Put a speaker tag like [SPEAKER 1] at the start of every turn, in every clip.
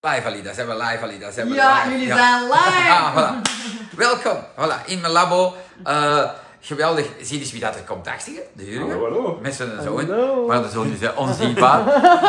[SPEAKER 1] Live Alida, zijn we live Alida, zijn we
[SPEAKER 2] Ja,
[SPEAKER 1] live.
[SPEAKER 2] jullie zijn live.
[SPEAKER 1] Ah, voilà. Welkom, voilà, in mijn labo. Eh, geweldig, zie eens wie dat er komt achter, de Jurgen.
[SPEAKER 3] Hallo, Ah, hallo.
[SPEAKER 1] Met zijn zoon.
[SPEAKER 3] Hallo.
[SPEAKER 1] Maar dat is dus eh, onzichtbaar.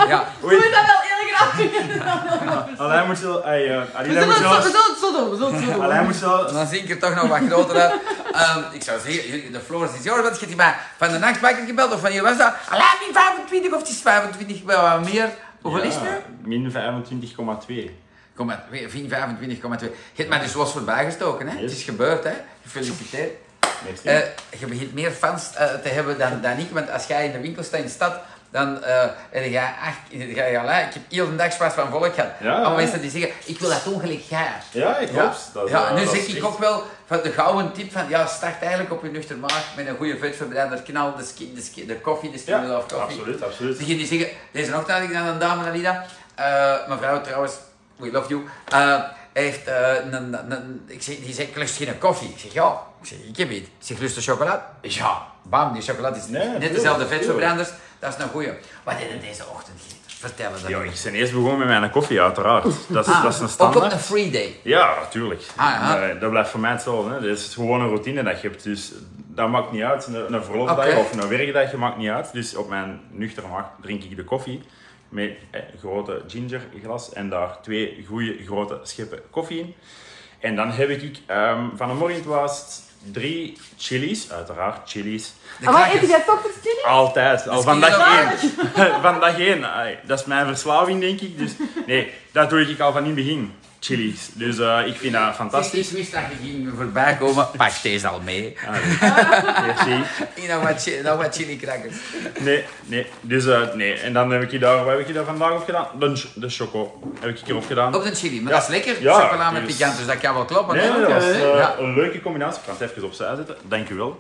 [SPEAKER 1] ja,
[SPEAKER 2] Ik moet dat wel eerlijk afvinden.
[SPEAKER 3] Alleen moet je wel... Hey, eh,
[SPEAKER 2] We
[SPEAKER 3] Alida
[SPEAKER 2] zullen
[SPEAKER 3] moet
[SPEAKER 2] het
[SPEAKER 3] je
[SPEAKER 2] zo- we
[SPEAKER 3] wel...
[SPEAKER 2] zullen het zo doen, we zullen het zo doen.
[SPEAKER 3] Alleen moet je wel...
[SPEAKER 1] dan zie ik er toch nog wat groter uit. Ehm, ik zou zeggen, Jurgen, de Floris is jouw, want je hebt mij van de nacht wakker gebeld of van je was dat? Alleen niet 25 of het is 25, wel wat meer. Hoeveel is het nu?
[SPEAKER 3] Ja, Ah, Min 25,2.
[SPEAKER 1] Kom maar, 25,2. Je hebt mij dus los voorbij gestoken, hè?
[SPEAKER 3] Yes.
[SPEAKER 1] Het is gebeurd, hè? Gefeliciteerd.
[SPEAKER 3] Merci.
[SPEAKER 1] Eh, je begint meer fans eh, te hebben dan, dan ik, want als jij in de winkel staat in de stad, dan eh heb jij acht, ga je al, hè, ik heb heel de dag spaas van volk gehad.
[SPEAKER 3] Ja,
[SPEAKER 1] Allemaal
[SPEAKER 3] ja.
[SPEAKER 1] mensen die zeggen, ik wil dat ongelijk gaar.
[SPEAKER 3] ja, ik hoop het. Dat is,
[SPEAKER 1] ja,
[SPEAKER 3] eh,
[SPEAKER 1] nu
[SPEAKER 3] dat
[SPEAKER 1] zeg
[SPEAKER 3] is
[SPEAKER 1] ik
[SPEAKER 3] echt-
[SPEAKER 1] ook wel van de gouden tip van, ja, start eigenlijk op je nuchter maag met een goede vetverbreider, knal de, ski- de, ski- de koffie, de stimulus
[SPEAKER 3] Ja,
[SPEAKER 1] of koffie.
[SPEAKER 3] absoluut, absoluut.
[SPEAKER 1] Dus Degene die zeggen, deze ochtend had ik dan een dame, Alida. Eh mevrouw trouwens, we love you. Eh, heeft eh, een, een, een- ik zeg, die zegt, ik lust geen koffie. Ik zeg, ja. Ik zeg, ik heb iets. Ik zeg, lust de chocolade? Ja. Bam, die chocolade is
[SPEAKER 3] Nee,
[SPEAKER 1] net
[SPEAKER 3] tuurlijk,
[SPEAKER 1] dezelfde
[SPEAKER 3] tuurlijk.
[SPEAKER 1] vetverbranders. Dat is een goeie. Wat heb je deze ochtend gegeten? Vertel het dan.
[SPEAKER 3] Ja, ik ben eerst begonnen met mijn koffie, uiteraard. Dat is, dat is
[SPEAKER 1] Ook Ah.
[SPEAKER 3] een
[SPEAKER 1] op
[SPEAKER 3] standaard.
[SPEAKER 1] een free day.
[SPEAKER 3] Ja, natuurlijk.
[SPEAKER 1] Ah, ja.
[SPEAKER 3] Nee, dat blijft voor mij hetzelfde. Hè. Dat is gewoon een routine dat je hebt. Dus dat maakt niet uit. Een, een verloopdag
[SPEAKER 1] Oké.
[SPEAKER 3] of een werkdag maakt niet uit. Dus op mijn nuchtere maag drink ik de koffie met eh, een grote gingerglas en daar twee goede grote scheppen koffie in. En dan heb ik ehm, van de morgen was drie chilies, uiteraard chilies.
[SPEAKER 1] De
[SPEAKER 2] Maar
[SPEAKER 1] knakkers.
[SPEAKER 2] eet jij toch het chili?
[SPEAKER 3] Altijd, al
[SPEAKER 1] is
[SPEAKER 3] van
[SPEAKER 1] niet
[SPEAKER 3] dag
[SPEAKER 1] normaal.
[SPEAKER 3] één. Van dag één. Ai, Dat is mijn verslaving, denk ik. Dus, nee, dat doe ik al van in het begin. Chili's. Dus eh, ik vind dat
[SPEAKER 1] Ik
[SPEAKER 3] fantastisch.
[SPEAKER 1] wist dat je ging voorbij komen. Pak deze al mee.
[SPEAKER 3] Merci.
[SPEAKER 1] In nog wat, chi- nog wat chili crackers.
[SPEAKER 3] Nee, nee. Dus eh, nee. En dan heb ik je daar, wat heb ik je daar vandaag op gedaan? De, ch- de choco heb ik erop gedaan.
[SPEAKER 1] Op de chili, maar dat is lekker.
[SPEAKER 3] Ja,
[SPEAKER 1] Chocola met
[SPEAKER 3] dus-
[SPEAKER 1] pikant, dus dat kan wel kloppen.
[SPEAKER 3] Nee,
[SPEAKER 1] hè?
[SPEAKER 3] nee, dat was eh,
[SPEAKER 1] Ja.
[SPEAKER 3] een leuke combinatie. Ik kan het even opzij zetten. Dankjewel.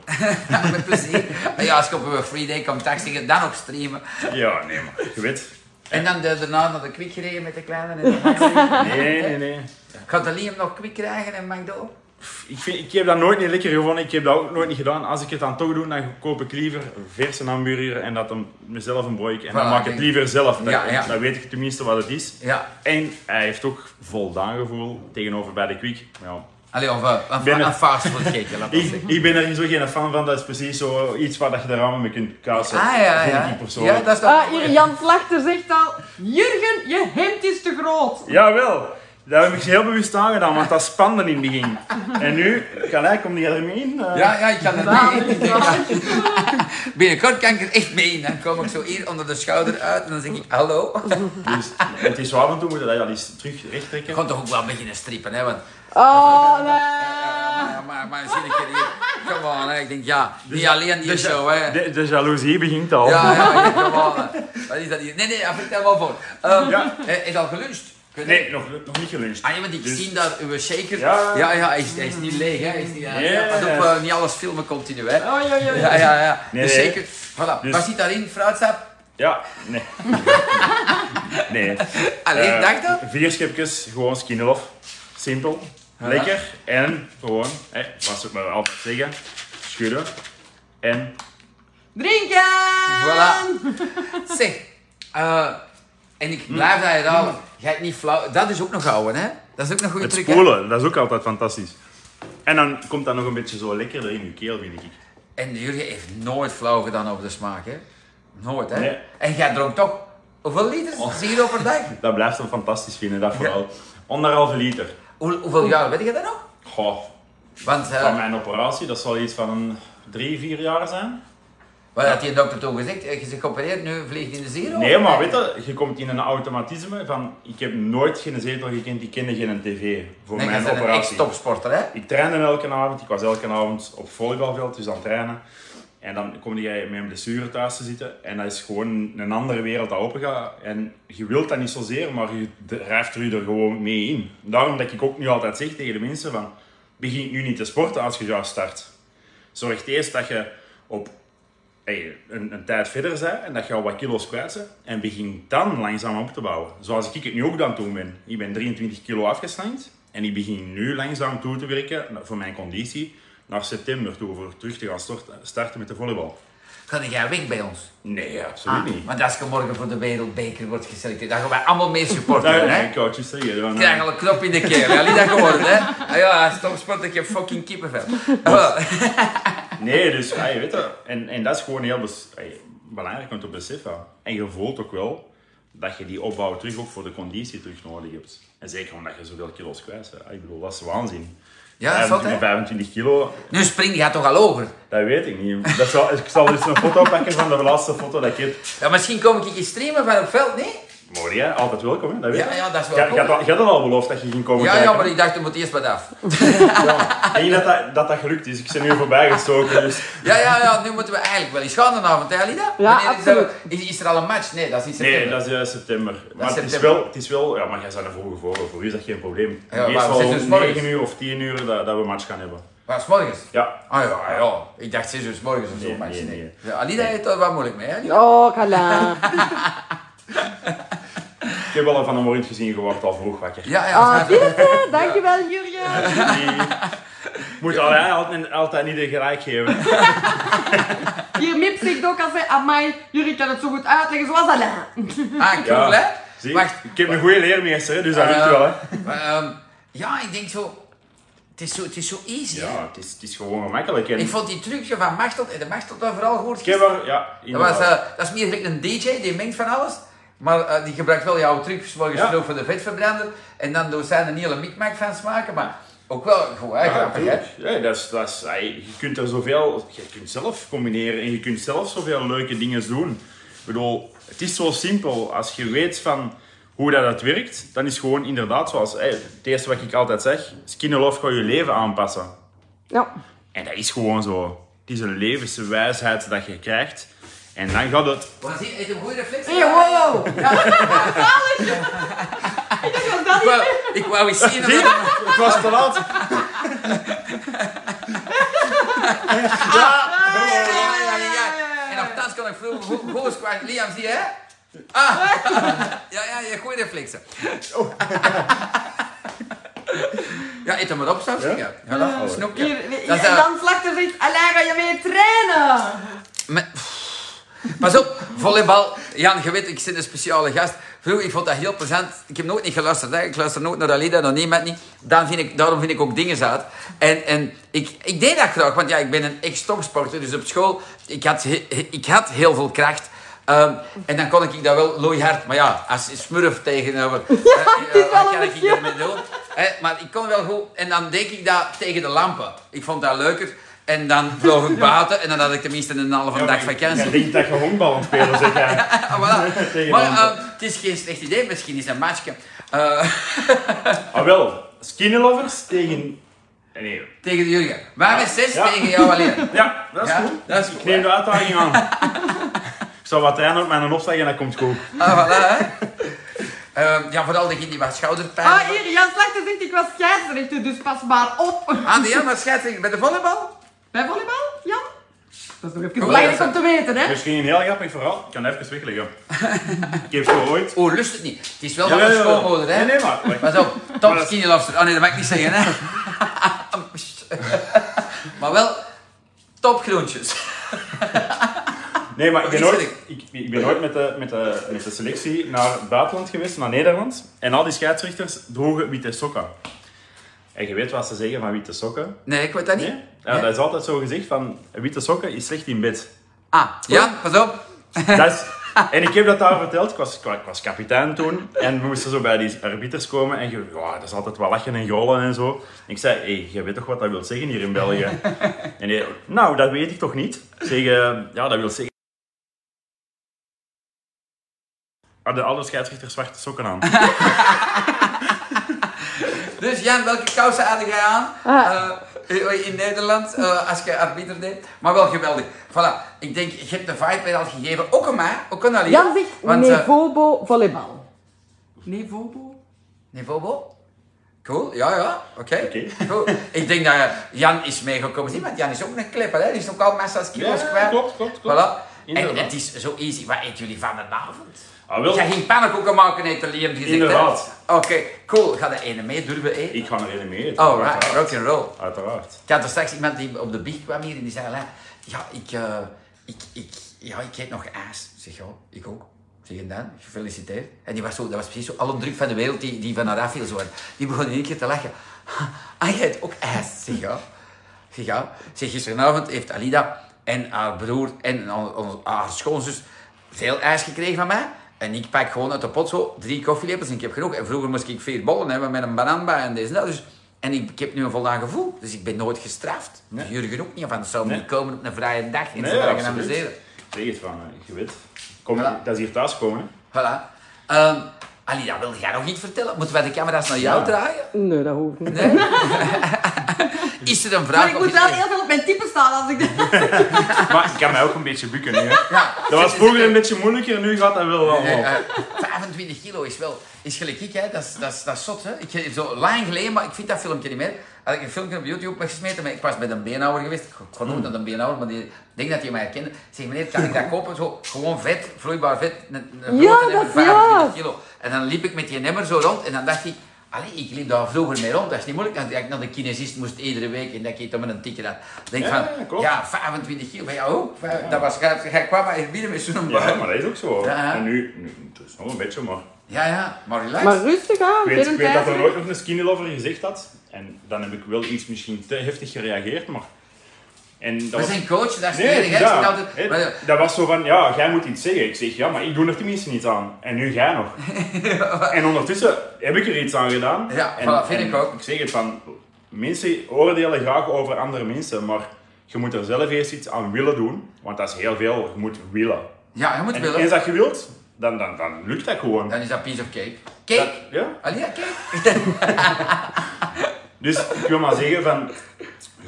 [SPEAKER 1] Ja, met plezier. Maar ja, als ik op een free day kom taxiën, dan nog streamen.
[SPEAKER 3] Ja, nee, maar je weet.
[SPEAKER 1] En dan de- daarna naar de kwik gereden met de kleine en de taxi.
[SPEAKER 3] Nee, nee, nee.
[SPEAKER 1] Gaat de Liam nog kwik krijgen en McDo?
[SPEAKER 3] Pff, Ik, vind, ik heb dat nooit niet lekker gevonden. Ik heb dat ook nooit niet gedaan. Als ik het dan toch doe, dan koop ik liever verse hamburger en dat hem mezelf een broodje. En dan
[SPEAKER 1] Voilà,
[SPEAKER 3] maak ik
[SPEAKER 1] kijk.
[SPEAKER 3] het liever zelf. Dan,
[SPEAKER 1] Ja, ja.
[SPEAKER 3] dan weet ik tenminste wat het is.
[SPEAKER 1] Ja.
[SPEAKER 3] En hij heeft ook voldaan gevoel tegenover bij de kwik. Ja,
[SPEAKER 1] Allee, of eh, een, fa-
[SPEAKER 3] Binnen.
[SPEAKER 1] een fastfood geetje, laat dat
[SPEAKER 3] Ik,
[SPEAKER 1] zeggen.
[SPEAKER 3] ik ben er zo geen fan van, dat is precies zo iets waar dat je de ramen mee kunt kaasen.
[SPEAKER 1] Ah ja,
[SPEAKER 3] Vind
[SPEAKER 1] ja.
[SPEAKER 3] ik persoonlijk.
[SPEAKER 1] Ja, dat is
[SPEAKER 2] Ah,
[SPEAKER 1] toch...
[SPEAKER 2] hier, Jan Slachter zegt al, Jurgen, je hemd is te groot.
[SPEAKER 3] Jawel, dat heb ik heel bewust aangedaan, want dat spande in het begin. En nu, Kalij, kom die ermee in? Eh,
[SPEAKER 1] Ja, ja, ik kan
[SPEAKER 2] Daar,
[SPEAKER 1] het niet. Binnenkort kan ik er echt mee in. Dan kom ik zo hier onder de schouder uit en dan zeg ik hallo.
[SPEAKER 3] Dus, het is zo af en toe moeten dat je dat eens terug recht
[SPEAKER 1] Ik
[SPEAKER 3] trekken.
[SPEAKER 1] kon toch ook wel beginnen strippen, hè? Want
[SPEAKER 2] Oh,
[SPEAKER 1] Ja,
[SPEAKER 2] nee.
[SPEAKER 1] maar, maar zin ik er hier. Come on, hè. ik denk ja, niet alleen
[SPEAKER 3] Dus-
[SPEAKER 1] hier zo, hè.
[SPEAKER 3] eh, De, de jaloezie begint al.
[SPEAKER 1] Ja, ja, ja, come on, hè. eh, Wat is dat hier? Nee, nee, ja, vertel wel voor. Ehm
[SPEAKER 3] Ja.
[SPEAKER 1] eh, Is al geluncht? Ik weet
[SPEAKER 3] Nee,
[SPEAKER 1] niet.
[SPEAKER 3] nog, nog niet geluncht.
[SPEAKER 1] Ah, ja, want ik
[SPEAKER 3] Dus-
[SPEAKER 1] zie dat uw shaker.
[SPEAKER 3] Ja.
[SPEAKER 1] ja, ja, hij, is, hij is niet leeg, hè? Hij is niet, eh,
[SPEAKER 3] Yes.
[SPEAKER 1] ja, pas op, eh, niet alles filmen continu, hè?
[SPEAKER 2] Oei, oei, oei.
[SPEAKER 1] Ja, ja, ja.
[SPEAKER 3] Nee,
[SPEAKER 1] dus
[SPEAKER 3] nee.
[SPEAKER 1] zeker. Voilà.
[SPEAKER 3] Dus-
[SPEAKER 1] Wat zit daarin, fruitsap?
[SPEAKER 3] Ja, nee. nee.
[SPEAKER 1] Alleen,
[SPEAKER 3] Eh,
[SPEAKER 1] dacht dat?
[SPEAKER 3] Vier schipjes, gewoon skinnelof. Simpel, lekker en gewoon, hè, wat we altijd zeggen, schudden en
[SPEAKER 2] Drinken!
[SPEAKER 1] Voilà. Zeg, eh, en
[SPEAKER 3] Hm.
[SPEAKER 1] ik blijf dat herhalen. Jij hebt niet flauw. Dat is ook nog houden, hè? Dat is ook nog een goede
[SPEAKER 3] het
[SPEAKER 1] truc. hè?
[SPEAKER 3] spoelen. Dat is ook altijd fantastisch. En dan komt dat nog een beetje zo lekkerder in je keel, vind ik.
[SPEAKER 1] En Jurgen heeft nooit flauw gedaan over de smaak, hè? Nooit, hè?
[SPEAKER 3] Nee. Oh.
[SPEAKER 1] En jij dronk toch hoeveel liters? Zero per dag?
[SPEAKER 3] Dat blijft hem fantastisch vinden, dat vooral. Anderhalve liter.
[SPEAKER 1] Hoe, hoeveel jaar weet je dat nog?
[SPEAKER 3] Goh,
[SPEAKER 1] Want eh,
[SPEAKER 3] van mijn operatie, dat zal iets van een drie, vier jaar zijn.
[SPEAKER 1] wat had die dokter toen gezegd? Eh, Je zit geopereerd, nu vliegt in de zero?
[SPEAKER 3] Nee, maar weet je, je komt in een automatisme van... Ik heb nooit geen zetel gekend, ik kende geen tv voor
[SPEAKER 1] Nee, jij
[SPEAKER 3] mijn
[SPEAKER 1] bent een
[SPEAKER 3] operatie.
[SPEAKER 1] ex-topsporter, hè?
[SPEAKER 3] Ik trainde elke avond, ik was elke avond op volleybalveld, dus aan het trainen. En dan kom jij met een blessure thuis te zitten en dat is gewoon een andere wereld dat opengaat. En je wilt dat niet zozeer, maar je drijft er je er gewoon mee in. Daarom dat ik ook nu altijd zeg tegen de mensen van, begin nu niet te sporten als je juist start. Zorg eerst dat je op hey, een, een tijd verder bent en dat je al wat kilo's kwijt bent. En begin dan langzaam op te bouwen. Zoals ik het nu ook dan aan het doen ben. Ik ben 23 kilo afgeslankt en ik begin nu langzaam toe te werken voor mijn conditie naar september toe voor terug te gaan storten- starten met de volleybal.
[SPEAKER 1] Kan jij weg bij ons?
[SPEAKER 3] Nee, absoluut niet.
[SPEAKER 1] Want als je morgen voor de Wereldbeker wordt geselecteerd, dan gaan wij allemaal mee
[SPEAKER 3] Daar
[SPEAKER 1] supporteren.
[SPEAKER 3] nee,
[SPEAKER 1] hè?
[SPEAKER 3] ik wou het juist zeggen. dan, eh,
[SPEAKER 1] Ik krijg al een knop in de keel. Ja, niet dat geworden, hè? Ah Ja, stopsport, ik heb fucking kippenvel. Ah, wel.
[SPEAKER 3] Nee, dus ja, je weet dat. En, en dat is gewoon heel bes- ey, belangrijk om te beseffen. En je voelt ook wel dat je die opbouw terug ook voor de conditie terug nodig hebt. En zeker omdat je zoveel kilo's kwijt bent. Ik bedoel, dat is waanzin.
[SPEAKER 1] Ja, dat is wat,
[SPEAKER 3] 25,
[SPEAKER 1] hè?
[SPEAKER 3] 25 kilo,
[SPEAKER 1] Nu spring, die gaat toch al over?
[SPEAKER 3] dat weet ik niet. Dat zal, ik zal eens een foto pakken van de laatste foto dat ik heb.
[SPEAKER 1] Ja, misschien kom ik je streamen van op veld, nee?
[SPEAKER 3] Mooi, hè? altijd welkom, hè? dat weet
[SPEAKER 1] Ja,
[SPEAKER 3] ik.
[SPEAKER 1] ja, dat is wel
[SPEAKER 3] Jij-
[SPEAKER 1] cool.
[SPEAKER 3] jij had al- jij had al beloofd dat je ging komen
[SPEAKER 1] Ja,
[SPEAKER 3] kijken.
[SPEAKER 1] ja, maar ik dacht, dat moet eerst wat af.
[SPEAKER 3] Ik denk dat dat, dat dat gelukt is. Ik ben nu voorbij gestoken, dus...
[SPEAKER 1] Ja, ja, ja, nu moeten we eigenlijk wel eens gaan vanavond, hè, Lida?
[SPEAKER 2] Ja,
[SPEAKER 1] Wanneer is, dat-
[SPEAKER 2] absoluut.
[SPEAKER 1] is, is er al een match? Nee, dat is niet
[SPEAKER 3] Nee, dat is eh, september. maar Het, is
[SPEAKER 1] september.
[SPEAKER 3] wel, het is wel, ja, maar jij bent een vroege vogel, voor u is dat geen probleem.
[SPEAKER 1] Ja, maar we
[SPEAKER 3] Meestal
[SPEAKER 1] zitten
[SPEAKER 3] om
[SPEAKER 1] dus morgens.
[SPEAKER 3] 9 uur of 10 uur dat, dat we een match gaan hebben.
[SPEAKER 1] Was morgens?
[SPEAKER 3] Ja.
[SPEAKER 1] Ah ja, ah, ja, ik dacht 6 uur 's morgens of zo,
[SPEAKER 3] Nee,
[SPEAKER 1] maar
[SPEAKER 3] nee,
[SPEAKER 1] nee,
[SPEAKER 3] nee.
[SPEAKER 1] Ja, Alida heeft daar wel moeilijk mee, hè? Alida?
[SPEAKER 2] Oh, Kala.
[SPEAKER 3] Ik heb wel al van de morgen gezien, je wordt al vroeg wakker.
[SPEAKER 1] Ja, ja,
[SPEAKER 2] Oh,
[SPEAKER 1] snap ik.
[SPEAKER 2] Dirk, dankjewel, Jurgen.
[SPEAKER 3] Je moet al, hè, altijd, altijd niet de gelijk geven.
[SPEAKER 2] Hier, Mip zegt ook al, zei, amai, Jurgen kan het zo goed uitleggen zoals Alain.
[SPEAKER 1] Ah, cool, hè?
[SPEAKER 3] Ja. Zie,
[SPEAKER 1] Wacht.
[SPEAKER 3] ik heb een goede leermeester, hè, dus dat lukt
[SPEAKER 1] Eh,
[SPEAKER 3] wel. Hè.
[SPEAKER 1] maar, ehm, ja, ik denk zo... Het is zo, het is zo easy, hè?
[SPEAKER 3] Ja, het is, het is gewoon gemakkelijk. En
[SPEAKER 1] Ik vond die trucje van Machtel, en de Machtel daar vooral gehoord
[SPEAKER 3] ik heb
[SPEAKER 1] gisteren.
[SPEAKER 3] er, ja,
[SPEAKER 1] dat, was,
[SPEAKER 3] inderdaad.
[SPEAKER 1] eh, dat is meer gelijk een DJ, die mengt van alles. Maar eh, die gebruikt wel jouw trucs, morgens
[SPEAKER 3] Ja.
[SPEAKER 1] vroeg voor de vetverbrander. En dan door zijn een hele mikmak van smaken, maar ook wel goed, hè?
[SPEAKER 3] Ja,
[SPEAKER 1] grappig, hè?
[SPEAKER 3] tuurlijk. ja, dat is, dat is, ey, je kunt er zoveel, je kunt zelf combineren en je kunt zelf zoveel leuke dingen doen. Ik bedoel, het is zo simpel. Als je weet van hoe dat, het werkt, dan is gewoon inderdaad zoals, ey, het eerste wat ik altijd zeg, skin love gaat je leven aanpassen.
[SPEAKER 2] Ja.
[SPEAKER 3] En dat is gewoon zo. Het is een levenswijsheid dat je krijgt. En dan gaat het...
[SPEAKER 1] Was dit heeft een goede reflectie?
[SPEAKER 2] Hey, wow.
[SPEAKER 1] Ik wou, ik wou eens zien.
[SPEAKER 3] Zie,
[SPEAKER 1] of dat-
[SPEAKER 3] het was te laat.
[SPEAKER 1] Ja, ja, ja, ja. En althans kan ik vroeger go- goos kwaad. Liam, zie je hè? Ah. Ja, ja, ja, goede reflexen.
[SPEAKER 2] Oh.
[SPEAKER 1] Ja, eet hem maar op, zou ik
[SPEAKER 3] Ja?
[SPEAKER 1] zeggen. Ja, dat is snoepje.
[SPEAKER 2] Hier, we-
[SPEAKER 1] Dat is,
[SPEAKER 2] en
[SPEAKER 1] eh,
[SPEAKER 2] dan vlakte zoiets, Alain, ga je mee trainen?
[SPEAKER 1] me- Pas op, volleybal. Jan, je weet, ik zit een speciale gast. Vroeger, ik vond dat heel plezant. Ik heb nooit niet geluisterd. Hè. Ik luister nooit naar Alida, naar niemand niet. Daarom vind ik, daarom vind ik ook dingen uit. En, en ik, ik deed dat graag, want ja, ik ben een ex-topsporter. Dus op school, ik had, he- he- ik had heel veel kracht. Ehm, en dan kon ik dat wel loeihard. Maar ja, als smurf tegenover... Ja,
[SPEAKER 2] het is
[SPEAKER 1] wat
[SPEAKER 2] wel
[SPEAKER 1] kan
[SPEAKER 2] een
[SPEAKER 1] ik
[SPEAKER 2] verschil.
[SPEAKER 1] daarmee doen? Hè, maar ik kon wel goed. En dan deed ik dat tegen de lampen. Ik vond dat leuker. En dan vloog ik buiten. En dan had ik tenminste een halve dag vakantie.
[SPEAKER 3] Ik denk dat je honkbal aan het spelen bent, zeg jij.
[SPEAKER 1] Ah, voilà.
[SPEAKER 3] Tegen
[SPEAKER 1] Maar
[SPEAKER 3] de hand.
[SPEAKER 1] eh, het is geen slecht idee, misschien is dat matchje. eh,
[SPEAKER 3] Ah wel, skinnylovers tegen... Nee.
[SPEAKER 1] tegen de Jurgen. Maar met zes
[SPEAKER 3] Ja.
[SPEAKER 1] tegen jou alleen.
[SPEAKER 3] Ja, dat is
[SPEAKER 1] Ja,
[SPEAKER 3] goed.
[SPEAKER 1] dat is
[SPEAKER 3] Ik
[SPEAKER 1] goed,
[SPEAKER 3] neem de uitdaging aan. ik zal wat trainen op mijn opslag en dat komt goed.
[SPEAKER 1] Ah, voilà, hè. Eh, ja, vooral degene die wat schouderpijn
[SPEAKER 2] Ah,
[SPEAKER 1] hebben.
[SPEAKER 2] hier, Jan Slachter zegt, ik was scheidsrechter, dus pas maar op.
[SPEAKER 1] Ah, die maar scheidsrechter bij de volleybal?
[SPEAKER 2] Bij volleybal, Jan? Dat is nog even
[SPEAKER 1] Oh,
[SPEAKER 2] belangrijk
[SPEAKER 1] dat
[SPEAKER 2] om te weten, hè?
[SPEAKER 3] Misschien een heel grappig verhaal. Ik kan even wegleggen. Ik heb zo ooit...
[SPEAKER 1] Oh, lust het niet. Het is wel van mijn
[SPEAKER 3] Jawel, jawel.
[SPEAKER 1] schoonmoeder, hè.
[SPEAKER 3] Nee, nee, maar... wacht.
[SPEAKER 1] Pas op,
[SPEAKER 3] Maar
[SPEAKER 1] top
[SPEAKER 3] dat-
[SPEAKER 1] skinny lobster. Oh nee, dat mag ik niet zeggen, hè. Oh, maar wel top groentjes.
[SPEAKER 3] Nee, maar ik ben
[SPEAKER 1] Iets
[SPEAKER 3] ooit,
[SPEAKER 1] zeg
[SPEAKER 3] ik, ik ben ooit met, de, met, de, met de selectie naar het buitenland geweest, naar Nederland. En al die scheidsrechters droegen witte sokken. En je weet wat ze zeggen van witte sokken.
[SPEAKER 1] Nee, ik weet dat niet.
[SPEAKER 3] Nee? Ja, dat is altijd zo gezegd van witte sokken is slecht in bed.
[SPEAKER 1] Ah, ja, pas op.
[SPEAKER 3] Dat is- en ik heb dat daar verteld, ik was, ik wa- ik was kapitein toen. En we moesten zo bij die arbiters komen. En je, ja, dat is altijd wel lachen en jolen en zo. En ik zei, hé, je weet toch wat dat wil zeggen hier in België? En hij, nou, dat weet ik toch niet. Ik Zeg, eh, ja, dat wil zeggen... Hadden alle scheidsrechters zwarte sokken aan.
[SPEAKER 1] Dus Jan, welke kousen had jij aan
[SPEAKER 2] Ah.
[SPEAKER 1] Eh, in Nederland eh, als je arbiter deed? Maar wel geweldig. Voilà, ik denk, je hebt de vibe weer al gegeven. Ook aan mij, ook aan Ali.
[SPEAKER 2] Jan zegt,
[SPEAKER 1] Want, eh,
[SPEAKER 2] Nevobo volleybal. Nevobo?
[SPEAKER 1] Nivobo? Cool, ja, ja, oké.
[SPEAKER 3] Oké.
[SPEAKER 1] Cool. Ik denk dat eh, Jan is meegekomen. Zie, want Jan is ook een klepper, hè? Die is ook al massa's kilo's
[SPEAKER 3] Ja,
[SPEAKER 1] kwijt.
[SPEAKER 3] klopt, klopt, klopt.
[SPEAKER 1] Voilà. En
[SPEAKER 3] Inderdaad.
[SPEAKER 1] het is zo easy. Wat eten jullie van de avond?
[SPEAKER 3] Ah, wel.
[SPEAKER 1] Jij ging pannenkoeken maken, heeft de Liam gezegd. hè?
[SPEAKER 3] Inderdaad.
[SPEAKER 1] Oké, cool. Ga de ene mee, durven eten.
[SPEAKER 3] Ik ga er even mee eten.
[SPEAKER 1] Alright,
[SPEAKER 3] E. uiteraard.
[SPEAKER 1] rock and roll.
[SPEAKER 3] Uiteraard.
[SPEAKER 1] Ik had er straks iemand die op de biecht kwam hier en die zei, "Alain, ja, ik, eh, ik, ik, ja, ik eet nog ijs. Ik zeg, ja, ik ook. Ik zeg, en dan? Gefeliciteerd. En die was zo, dat was precies zo, alle druk van de wereld die, die van haar afviel. Zo. En Die begon in één keer te lachen. Ah, jij eet ook ijs. Ik Zeg, ja. Ik Zeg, ja. Ik Zeg, gisteravond heeft Alida en haar broer en on- on- haar schoonzus veel ijs gekregen van mij. En ik pak gewoon uit de pot zo drie koffielepels en ik heb genoeg. En vroeger moest ik vier bollen hebben met een banaan bij en deze en dat. Dus, en ik, ik heb nu een voldaan gevoel. Dus ik ben nooit gestraft.
[SPEAKER 3] Nee.
[SPEAKER 1] Jurgen ook niet. Van, dat zou me
[SPEAKER 3] Nee.
[SPEAKER 1] niet komen op een vrije dag. En
[SPEAKER 3] Nee,
[SPEAKER 1] ze gaan
[SPEAKER 3] absoluut.
[SPEAKER 1] amuseren.
[SPEAKER 3] Zeg het van, eh, je weet. Kom,
[SPEAKER 1] Voilà.
[SPEAKER 3] Dat is hier thuis komen. hè.
[SPEAKER 1] Voilà. Ehm Ali, dat wil jij nog iets vertellen? Moeten wij de camera's naar jou
[SPEAKER 3] Ja.
[SPEAKER 1] draaien?
[SPEAKER 2] Nee, dat hoeft niet.
[SPEAKER 1] Is er een vraag?
[SPEAKER 2] Maar ik
[SPEAKER 1] of
[SPEAKER 2] moet
[SPEAKER 1] iets-
[SPEAKER 2] wel heel veel op mijn type staan als ik dit...
[SPEAKER 3] Maar ik kan mij ook een beetje bukken nu. hè.
[SPEAKER 1] Ja.
[SPEAKER 3] Dat was vroeger een beetje moeilijker, nu gaat dat wel wel.
[SPEAKER 1] Nee,
[SPEAKER 3] wel.
[SPEAKER 1] eh, 25 kilo is wel... Is gelijk ik, hè. Dat is, dat is, dat is zot, hè. Ik, eh, zo lang geleden, maar ik vind dat filmpje niet meer. Had ik een filmpje op YouTube weggesmeten, maar ik was met een beenhouwer geweest. Ik kon
[SPEAKER 3] Hmm.
[SPEAKER 1] nooit naar een beenhouwer, maar die- ik denk dat hij mij herkende. Ik Zeg, meneer, kan ik dat kopen? Zo, gewoon vet, vloeibaar vet. Een, een
[SPEAKER 2] Ja,
[SPEAKER 1] grote emmer,
[SPEAKER 2] dat is ja.
[SPEAKER 1] 25 kilo. En dan liep ik met die emmer zo rond en dan dacht ik... Allee, ik liep daar vroeger mee rond, dat is niet moeilijk. Dat ik naar de kinesist moest iedere week en dat ik dan met een tikker had. Dan denk ik
[SPEAKER 3] Ja,
[SPEAKER 1] van,
[SPEAKER 3] klopt.
[SPEAKER 1] ja, 25 kilo, bij jou ook? Vijf- Dat was, jij kwam maar hier binnen met zo'n buik.
[SPEAKER 3] Ja, maar dat is ook zo.
[SPEAKER 1] Ja.
[SPEAKER 3] En nu, nu, het is nog een beetje, maar...
[SPEAKER 1] Ja, ja, maar relax.
[SPEAKER 2] Maar rustig aan,
[SPEAKER 3] Ik weet, ik
[SPEAKER 2] binnen
[SPEAKER 3] weet dat er
[SPEAKER 2] tijd.
[SPEAKER 3] nooit nog een skinny lover gezegd had. En dan heb ik wel iets misschien te heftig gereageerd, maar... En dat
[SPEAKER 1] we
[SPEAKER 3] was...
[SPEAKER 1] zijn coach, dat is
[SPEAKER 3] Nee,
[SPEAKER 1] eerlijk, hè. Ik zeg
[SPEAKER 3] ja.
[SPEAKER 1] altijd-
[SPEAKER 3] Hè,
[SPEAKER 1] maar, eh,
[SPEAKER 3] dat was zo van, ja, jij moet iets zeggen. Ik zeg, ja, maar ik doe er tenminste niets aan. En nu jij nog. en ondertussen heb ik er iets aan gedaan.
[SPEAKER 1] Ja,
[SPEAKER 3] en,
[SPEAKER 1] voilà, vind ik
[SPEAKER 3] en
[SPEAKER 1] ook.
[SPEAKER 3] Ik zeg het van, mensen oordelen graag over andere mensen, maar je moet er zelf eerst iets aan willen doen. Want dat is heel veel, je moet willen.
[SPEAKER 1] Ja, je moet
[SPEAKER 3] En
[SPEAKER 1] willen.
[SPEAKER 3] eens dat je wilt, dan, dan, dan lukt dat gewoon.
[SPEAKER 1] Dan is dat piece of cake.
[SPEAKER 3] Dat-
[SPEAKER 1] Cake?
[SPEAKER 3] ja.
[SPEAKER 1] Allee, ja, cake.
[SPEAKER 3] Dus ik wil maar zeggen van,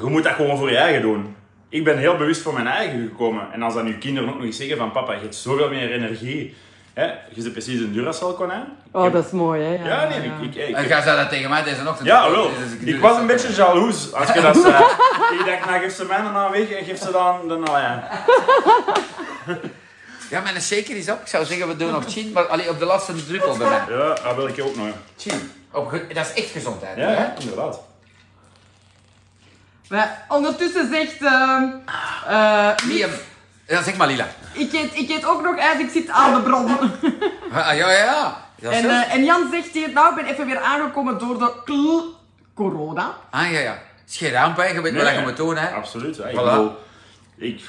[SPEAKER 3] je moet dat gewoon voor je eigen doen. Ik ben heel bewust voor mijn eigen gekomen. En als dan je kinderen ook nog eens zeggen van, papa, je hebt zoveel meer energie. Hè? Je bent precies een Duracell-konijn.
[SPEAKER 2] Oh, dat is mooi, hè? Ja,
[SPEAKER 3] Ja, nee, ik... ik, ik-
[SPEAKER 1] En jij zei dat tegen mij deze ochtend.
[SPEAKER 3] ja, wel.
[SPEAKER 1] Dus ik-
[SPEAKER 3] Ik was een beetje jaloers als je dat zei. Ik dacht, nou geef ze mij dan aan weg en geef ze dan de nou ja.
[SPEAKER 1] Ja, mijn shaker is op. Ik zou zeggen, we doen nog chin, maar allee, op de laatste druppel bij mij.
[SPEAKER 3] Ja, dat wil ik ook nog.
[SPEAKER 1] Chin. Op ge- dat is echt gezondheid.
[SPEAKER 3] Ja,
[SPEAKER 1] hè?
[SPEAKER 3] ja, inderdaad.
[SPEAKER 2] Maar ondertussen zegt... ehm, eh,
[SPEAKER 1] Liam. Ja, zeg maar Lila.
[SPEAKER 2] ik, eet, ik eet ook nog ijs, ik zit aan de bron.
[SPEAKER 1] Ah, ja, ja, ja. Ja,
[SPEAKER 2] En,
[SPEAKER 1] zo.
[SPEAKER 2] eh, en Jan zegt hier, nou, ik ben even weer aangekomen door de kl- corona.
[SPEAKER 1] Ah, ja, ja. Het is geen ramp, hè. Je weet wat je moet doen, hè.
[SPEAKER 3] Absoluut. hè. Ik,
[SPEAKER 1] Voilà.
[SPEAKER 3] bedoel, ik,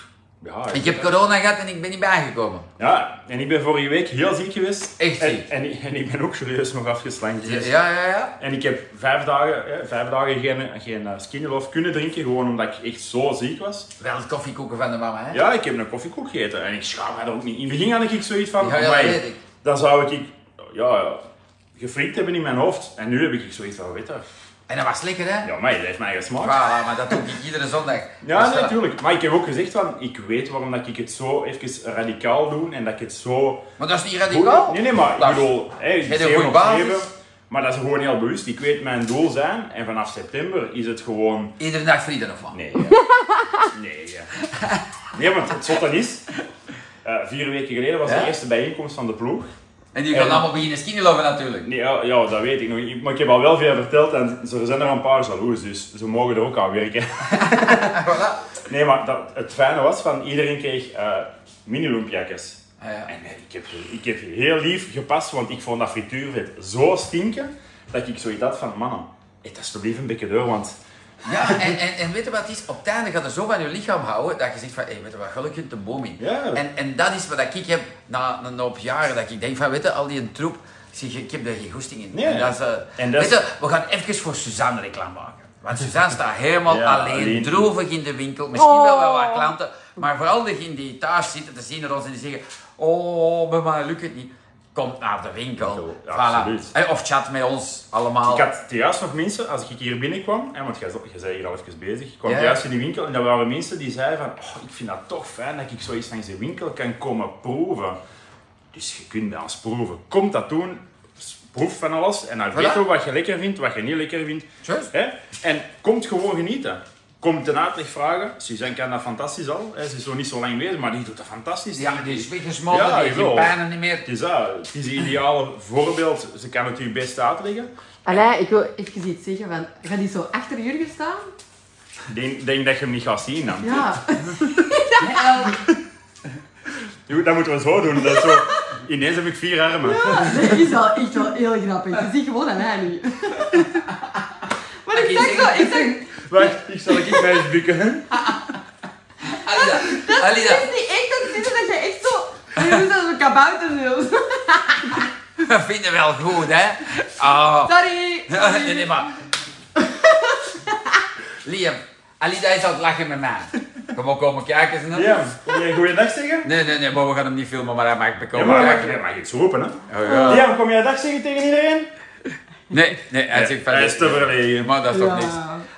[SPEAKER 3] ja,
[SPEAKER 1] Ik heb corona gehad en ik ben niet bijgekomen.
[SPEAKER 3] Ja, en ik ben vorige week heel ziek geweest.
[SPEAKER 1] Echt
[SPEAKER 3] En-
[SPEAKER 1] ziek.
[SPEAKER 3] En, ik- en ik ben ook serieus nog afgeslankt.
[SPEAKER 1] Ja,
[SPEAKER 3] geweest.
[SPEAKER 1] ja, ja. ja.
[SPEAKER 3] En ik heb vijf dagen, hè, vijf dagen geen, geen eh, skinnyloaf kunnen drinken, gewoon omdat ik echt zo ziek was.
[SPEAKER 1] Wel het koffiekoeken van de mama, hè.
[SPEAKER 3] Ja, ik heb een koffiekoek gegeten en ik schaam mij er ook niet. In het begin had ik zoiets van,
[SPEAKER 1] Ja, ja, dat
[SPEAKER 3] "Amai,
[SPEAKER 1] weet ik."
[SPEAKER 3] dan zou ik, ja, gefrikt hebben in mijn hoofd. En nu heb ik zoiets van, weet je,
[SPEAKER 1] En dat was lekker, hè.
[SPEAKER 3] ja, maar dat heeft mij gesmaakt.
[SPEAKER 1] Voilà, maar dat doe ik iedere zondag.
[SPEAKER 3] Ja,
[SPEAKER 1] Dus, eh,
[SPEAKER 3] natuurlijk. maar ik heb ook gezegd van, ik weet waarom dat ik het zo even radicaal doe en dat ik het zo
[SPEAKER 1] Maar dat is niet radicaal.
[SPEAKER 3] Nee, nee, maar
[SPEAKER 1] Dat
[SPEAKER 3] ik
[SPEAKER 1] is-
[SPEAKER 3] bedoel, hey,
[SPEAKER 1] hebt een
[SPEAKER 3] zeven
[SPEAKER 1] goede
[SPEAKER 3] op
[SPEAKER 1] basis.
[SPEAKER 3] zeven, maar dat is gewoon heel bewust. Ik weet mijn doel zijn en vanaf september is het gewoon.
[SPEAKER 1] Iedere dag vrienden of wat?
[SPEAKER 3] Nee. ja. nee, ja. nee, want het zotte is. eh, vier weken geleden was
[SPEAKER 1] Ja?
[SPEAKER 3] de eerste bijeenkomst van de ploeg.
[SPEAKER 1] En die gaan
[SPEAKER 3] En-
[SPEAKER 1] allemaal beginnen skinnyloven natuurlijk.
[SPEAKER 3] Nee, ja, ja, dat weet ik nog. niet, Maar ik heb al wel veel verteld en er zijn er een paar jaloers, dus ze mogen er ook aan werken. Nee, maar dat, het fijne was van iedereen kreeg eh mini-lumpjakjes.
[SPEAKER 1] Ah, ja.
[SPEAKER 3] En ik heb, ik heb heel lief gepast, want ik vond dat frituurvet zo stinken, dat ik zoiets had van, mannen, eet alsjeblieft een beetje door, want...
[SPEAKER 1] Ja, en, en, en weet je wat het is? Op het einde gaat er zo van je lichaam houden dat je zegt van, hé, weet je wat, gelukkig kunt de boom in.
[SPEAKER 3] Ja.
[SPEAKER 1] En, en dat is wat ik heb na, na, na op jaren, dat ik denk van, weet je, al die troep, ik, zeg, ik heb daar geen goesting in.
[SPEAKER 3] Nee.
[SPEAKER 1] En dat is, eh,
[SPEAKER 3] En dat is-
[SPEAKER 1] Weet je, we gaan even voor Suzanne reclame maken. Want Suzanne staat helemaal
[SPEAKER 3] Ja,
[SPEAKER 1] alleen,
[SPEAKER 3] alleen.
[SPEAKER 1] droevig in de winkel, misschien wel wel wat
[SPEAKER 2] Oh.
[SPEAKER 1] klanten, maar vooral degenen die thuis zitten te zien naar ons en die zeggen, oh, bij mij lukt het niet. Komt naar de winkel.
[SPEAKER 3] Ja,
[SPEAKER 1] Voilà.
[SPEAKER 3] absoluut.
[SPEAKER 1] Eh, Of chat met ons allemaal.
[SPEAKER 3] Ik had juist nog mensen, als ik hier binnenkwam, hè, want jij zo- jij bent hier al even bezig, ik kwam
[SPEAKER 1] Ja.
[SPEAKER 3] juist in die winkel en daar waren mensen die zeiden van, oh, ik vind dat toch fijn dat ik zoiets langs de winkel kan komen proeven. Dus je kunt bij ons proeven. Kom dat doen, s- proef van alles en dan weet je wat je lekker vindt, wat je niet lekker vindt.
[SPEAKER 1] Juist.
[SPEAKER 3] Hè? En komt gewoon genieten. Komt een uitleg vragen. Suzanne kan dat fantastisch al. Hè? Ze is zo niet zo lang bezig, maar die doet dat fantastisch.
[SPEAKER 1] Ja, die is weggesmolten,
[SPEAKER 3] Ja,
[SPEAKER 1] die heeft geen
[SPEAKER 3] jawel.
[SPEAKER 1] pijnen niet meer.
[SPEAKER 3] Het is dat. Het is het ideale voorbeeld. Ze kan het u best uitleggen.
[SPEAKER 2] Allee, ik wil even iets zeggen van, ga die zo achter Jurgen staan?
[SPEAKER 3] Ik denk, denk dat je hem niet gaat zien dan.
[SPEAKER 2] Ja.
[SPEAKER 1] Eh,
[SPEAKER 3] Joe, dat moeten we zo doen. Dat is zo... Ineens heb ik vier armen.
[SPEAKER 2] Dat is wel echt wel heel grappig. Je ziet gewoon aan mij nu. Maar ik zeg zo, ik zeg...
[SPEAKER 3] Wacht, ik zal ik mij eens bukken.
[SPEAKER 1] Alida,
[SPEAKER 2] Dat is
[SPEAKER 1] Alida,
[SPEAKER 2] niet echt dat zitten dat je echt zo... Je doet dat als een kabouter wil.
[SPEAKER 1] we vinden wel goed, hè? Oh.
[SPEAKER 2] Sorry.
[SPEAKER 1] Nee, nee, maar. Liam, Alida is aan het lachen met mij. Kom maar komen kijken. ze nog.
[SPEAKER 3] Ja, wil jij goeiedag zeggen?
[SPEAKER 1] Nee, nee, nee, maar we gaan hem niet filmen, maar hij maakt me
[SPEAKER 3] Ja,
[SPEAKER 1] komen
[SPEAKER 3] maar mag
[SPEAKER 1] kijken.
[SPEAKER 3] je mag iets roepen, hè?
[SPEAKER 1] Oh, ja.
[SPEAKER 3] Ja, kom jij dag zeggen tegen iedereen?
[SPEAKER 1] Nee, nee, hij zegt van...
[SPEAKER 3] Hij is te verlegen.
[SPEAKER 1] Maar dat is toch niks.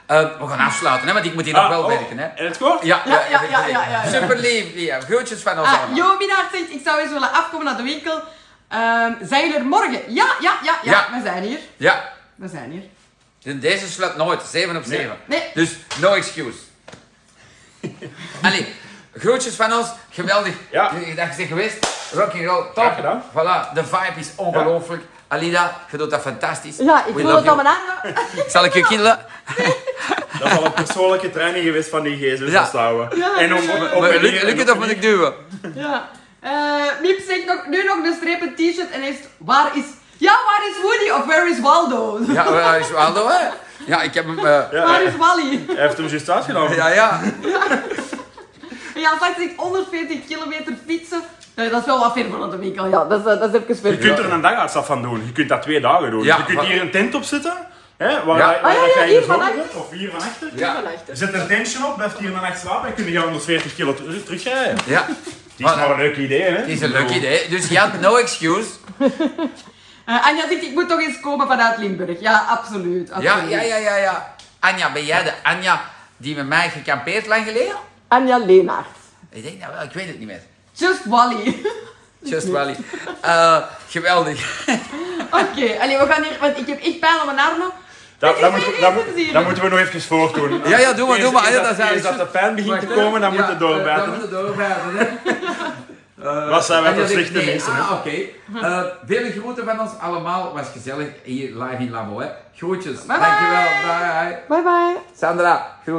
[SPEAKER 1] Eh, we gaan afsluiten, hè, want ik moet hier nog
[SPEAKER 3] Ah,
[SPEAKER 1] wel
[SPEAKER 3] oh,
[SPEAKER 1] werken, hè.
[SPEAKER 3] En het kort?
[SPEAKER 1] Ja,
[SPEAKER 2] Ja, ja, ja, ja, ja, ja.
[SPEAKER 1] Super lief, Liam. Groetjes van ons
[SPEAKER 2] Ah,
[SPEAKER 1] allemaal.
[SPEAKER 2] Jominaar zegt, ik zou eens willen afkomen naar de winkel. Ehm, zijn jullie er morgen? Ja, ja, ja, ja,
[SPEAKER 1] Ja.
[SPEAKER 2] we zijn hier.
[SPEAKER 1] Ja,
[SPEAKER 2] We zijn hier.
[SPEAKER 1] en deze sluit nooit. 7 op 7.
[SPEAKER 2] Nee.
[SPEAKER 1] Dus no excuse. Allee, groetjes van ons. Geweldig
[SPEAKER 3] Ja.
[SPEAKER 1] dat je bent geweest. Rock and roll,
[SPEAKER 3] Graag
[SPEAKER 1] top.
[SPEAKER 3] gedaan.
[SPEAKER 1] Voilà, de vibe is ongelooflijk. Alida, je doet dat fantastisch.
[SPEAKER 2] Ja, ik
[SPEAKER 1] We
[SPEAKER 2] wil
[SPEAKER 1] love
[SPEAKER 2] het
[SPEAKER 1] you.
[SPEAKER 2] allemaal aan.
[SPEAKER 1] Zal ik je kiddelen?
[SPEAKER 3] Dat is al een persoonlijke training geweest van die gsm
[SPEAKER 1] Ja.
[SPEAKER 3] vasthouden.
[SPEAKER 2] Ja,
[SPEAKER 3] en om,
[SPEAKER 2] ja,
[SPEAKER 3] om,
[SPEAKER 2] ja.
[SPEAKER 3] om-
[SPEAKER 1] Maar Lukt lukt het of moet ik duwen?
[SPEAKER 2] Ja. Eh Miep zegt nog, nu nog de strepen t-shirt en heeft, waar is... Ja, waar is Woody of where is Waldo?
[SPEAKER 1] Ja, waar is Waldo, hè? Ja, ik heb hem... eh,
[SPEAKER 3] Ja,
[SPEAKER 2] Waar
[SPEAKER 3] hij
[SPEAKER 2] is Wally?
[SPEAKER 3] hij heeft hem juist uitgenomen.
[SPEAKER 1] Ja, ja.
[SPEAKER 2] En Ja, straks ik 140 kilometer fietsen. Nee, dat is wel wat ver van de winkel. Ja, dat is, eh, dat is even ver.
[SPEAKER 3] Je kunt er een dagafstand van doen. Je kunt dat twee dagen doen.
[SPEAKER 1] Ja,
[SPEAKER 3] je kunt
[SPEAKER 1] maar-
[SPEAKER 3] hier een tent opzetten. Hè, waar
[SPEAKER 1] Ja.
[SPEAKER 3] waar,
[SPEAKER 2] Ah, ja, ja, hier
[SPEAKER 3] jij hier zo
[SPEAKER 2] van
[SPEAKER 3] op
[SPEAKER 2] achter.
[SPEAKER 3] zit, Of hier van achter.
[SPEAKER 1] ja.
[SPEAKER 3] Zet er een tentje op, blijft hier een nacht slapen en kun je 140 kilo ter- terugrijden.
[SPEAKER 1] Ja,
[SPEAKER 3] Die is maar een leuk idee, hè?
[SPEAKER 1] het is een leuk idee. Dus je had no excuse.
[SPEAKER 2] Eh, Anja zegt, ik moet toch eens komen vanuit Limburg. Ja, absoluut.
[SPEAKER 1] Ja,
[SPEAKER 2] absoluut.
[SPEAKER 1] ja, ja, ja, ja. Anja, ben jij de Anja die met mij gekampeerd lang geleden?
[SPEAKER 2] Anja Leenaert.
[SPEAKER 1] Ik denk nou wel, ik weet het niet meer.
[SPEAKER 2] Just Wally.
[SPEAKER 1] Just Wally. Eh, geweldig.
[SPEAKER 2] Oké, allee, we gaan hier, want ik heb echt pijn aan mijn armen.
[SPEAKER 3] Dat,
[SPEAKER 2] is
[SPEAKER 3] dat, moet-
[SPEAKER 2] geen
[SPEAKER 3] dat,
[SPEAKER 2] reason
[SPEAKER 3] moet-
[SPEAKER 2] hier.
[SPEAKER 3] dat moeten we nog even voordoen.
[SPEAKER 1] Ja, ja, doe maar,
[SPEAKER 3] Eens-
[SPEAKER 1] doe maar.
[SPEAKER 3] eens
[SPEAKER 1] Ja,
[SPEAKER 3] dat,
[SPEAKER 1] dat is-
[SPEAKER 3] eens dat de pijn begint te
[SPEAKER 1] Wacht, hè.
[SPEAKER 3] komen, dan
[SPEAKER 1] Ja,
[SPEAKER 3] moet het
[SPEAKER 1] eh, Dan
[SPEAKER 3] doorbijten.
[SPEAKER 1] moet het doorbijten, hè. Eh,
[SPEAKER 3] Wat zijn wij
[SPEAKER 1] Anja
[SPEAKER 3] voor
[SPEAKER 1] zegt
[SPEAKER 3] slechte
[SPEAKER 1] nee.
[SPEAKER 3] mensen, hè?
[SPEAKER 1] Ah, oké. Eh, deel een groeten van ons allemaal. Was gezellig hier live in Lamo, hè. Groetjes.
[SPEAKER 2] bye.
[SPEAKER 1] Dankjewel. Bye.
[SPEAKER 2] Bye bye.
[SPEAKER 1] Sandra, groet.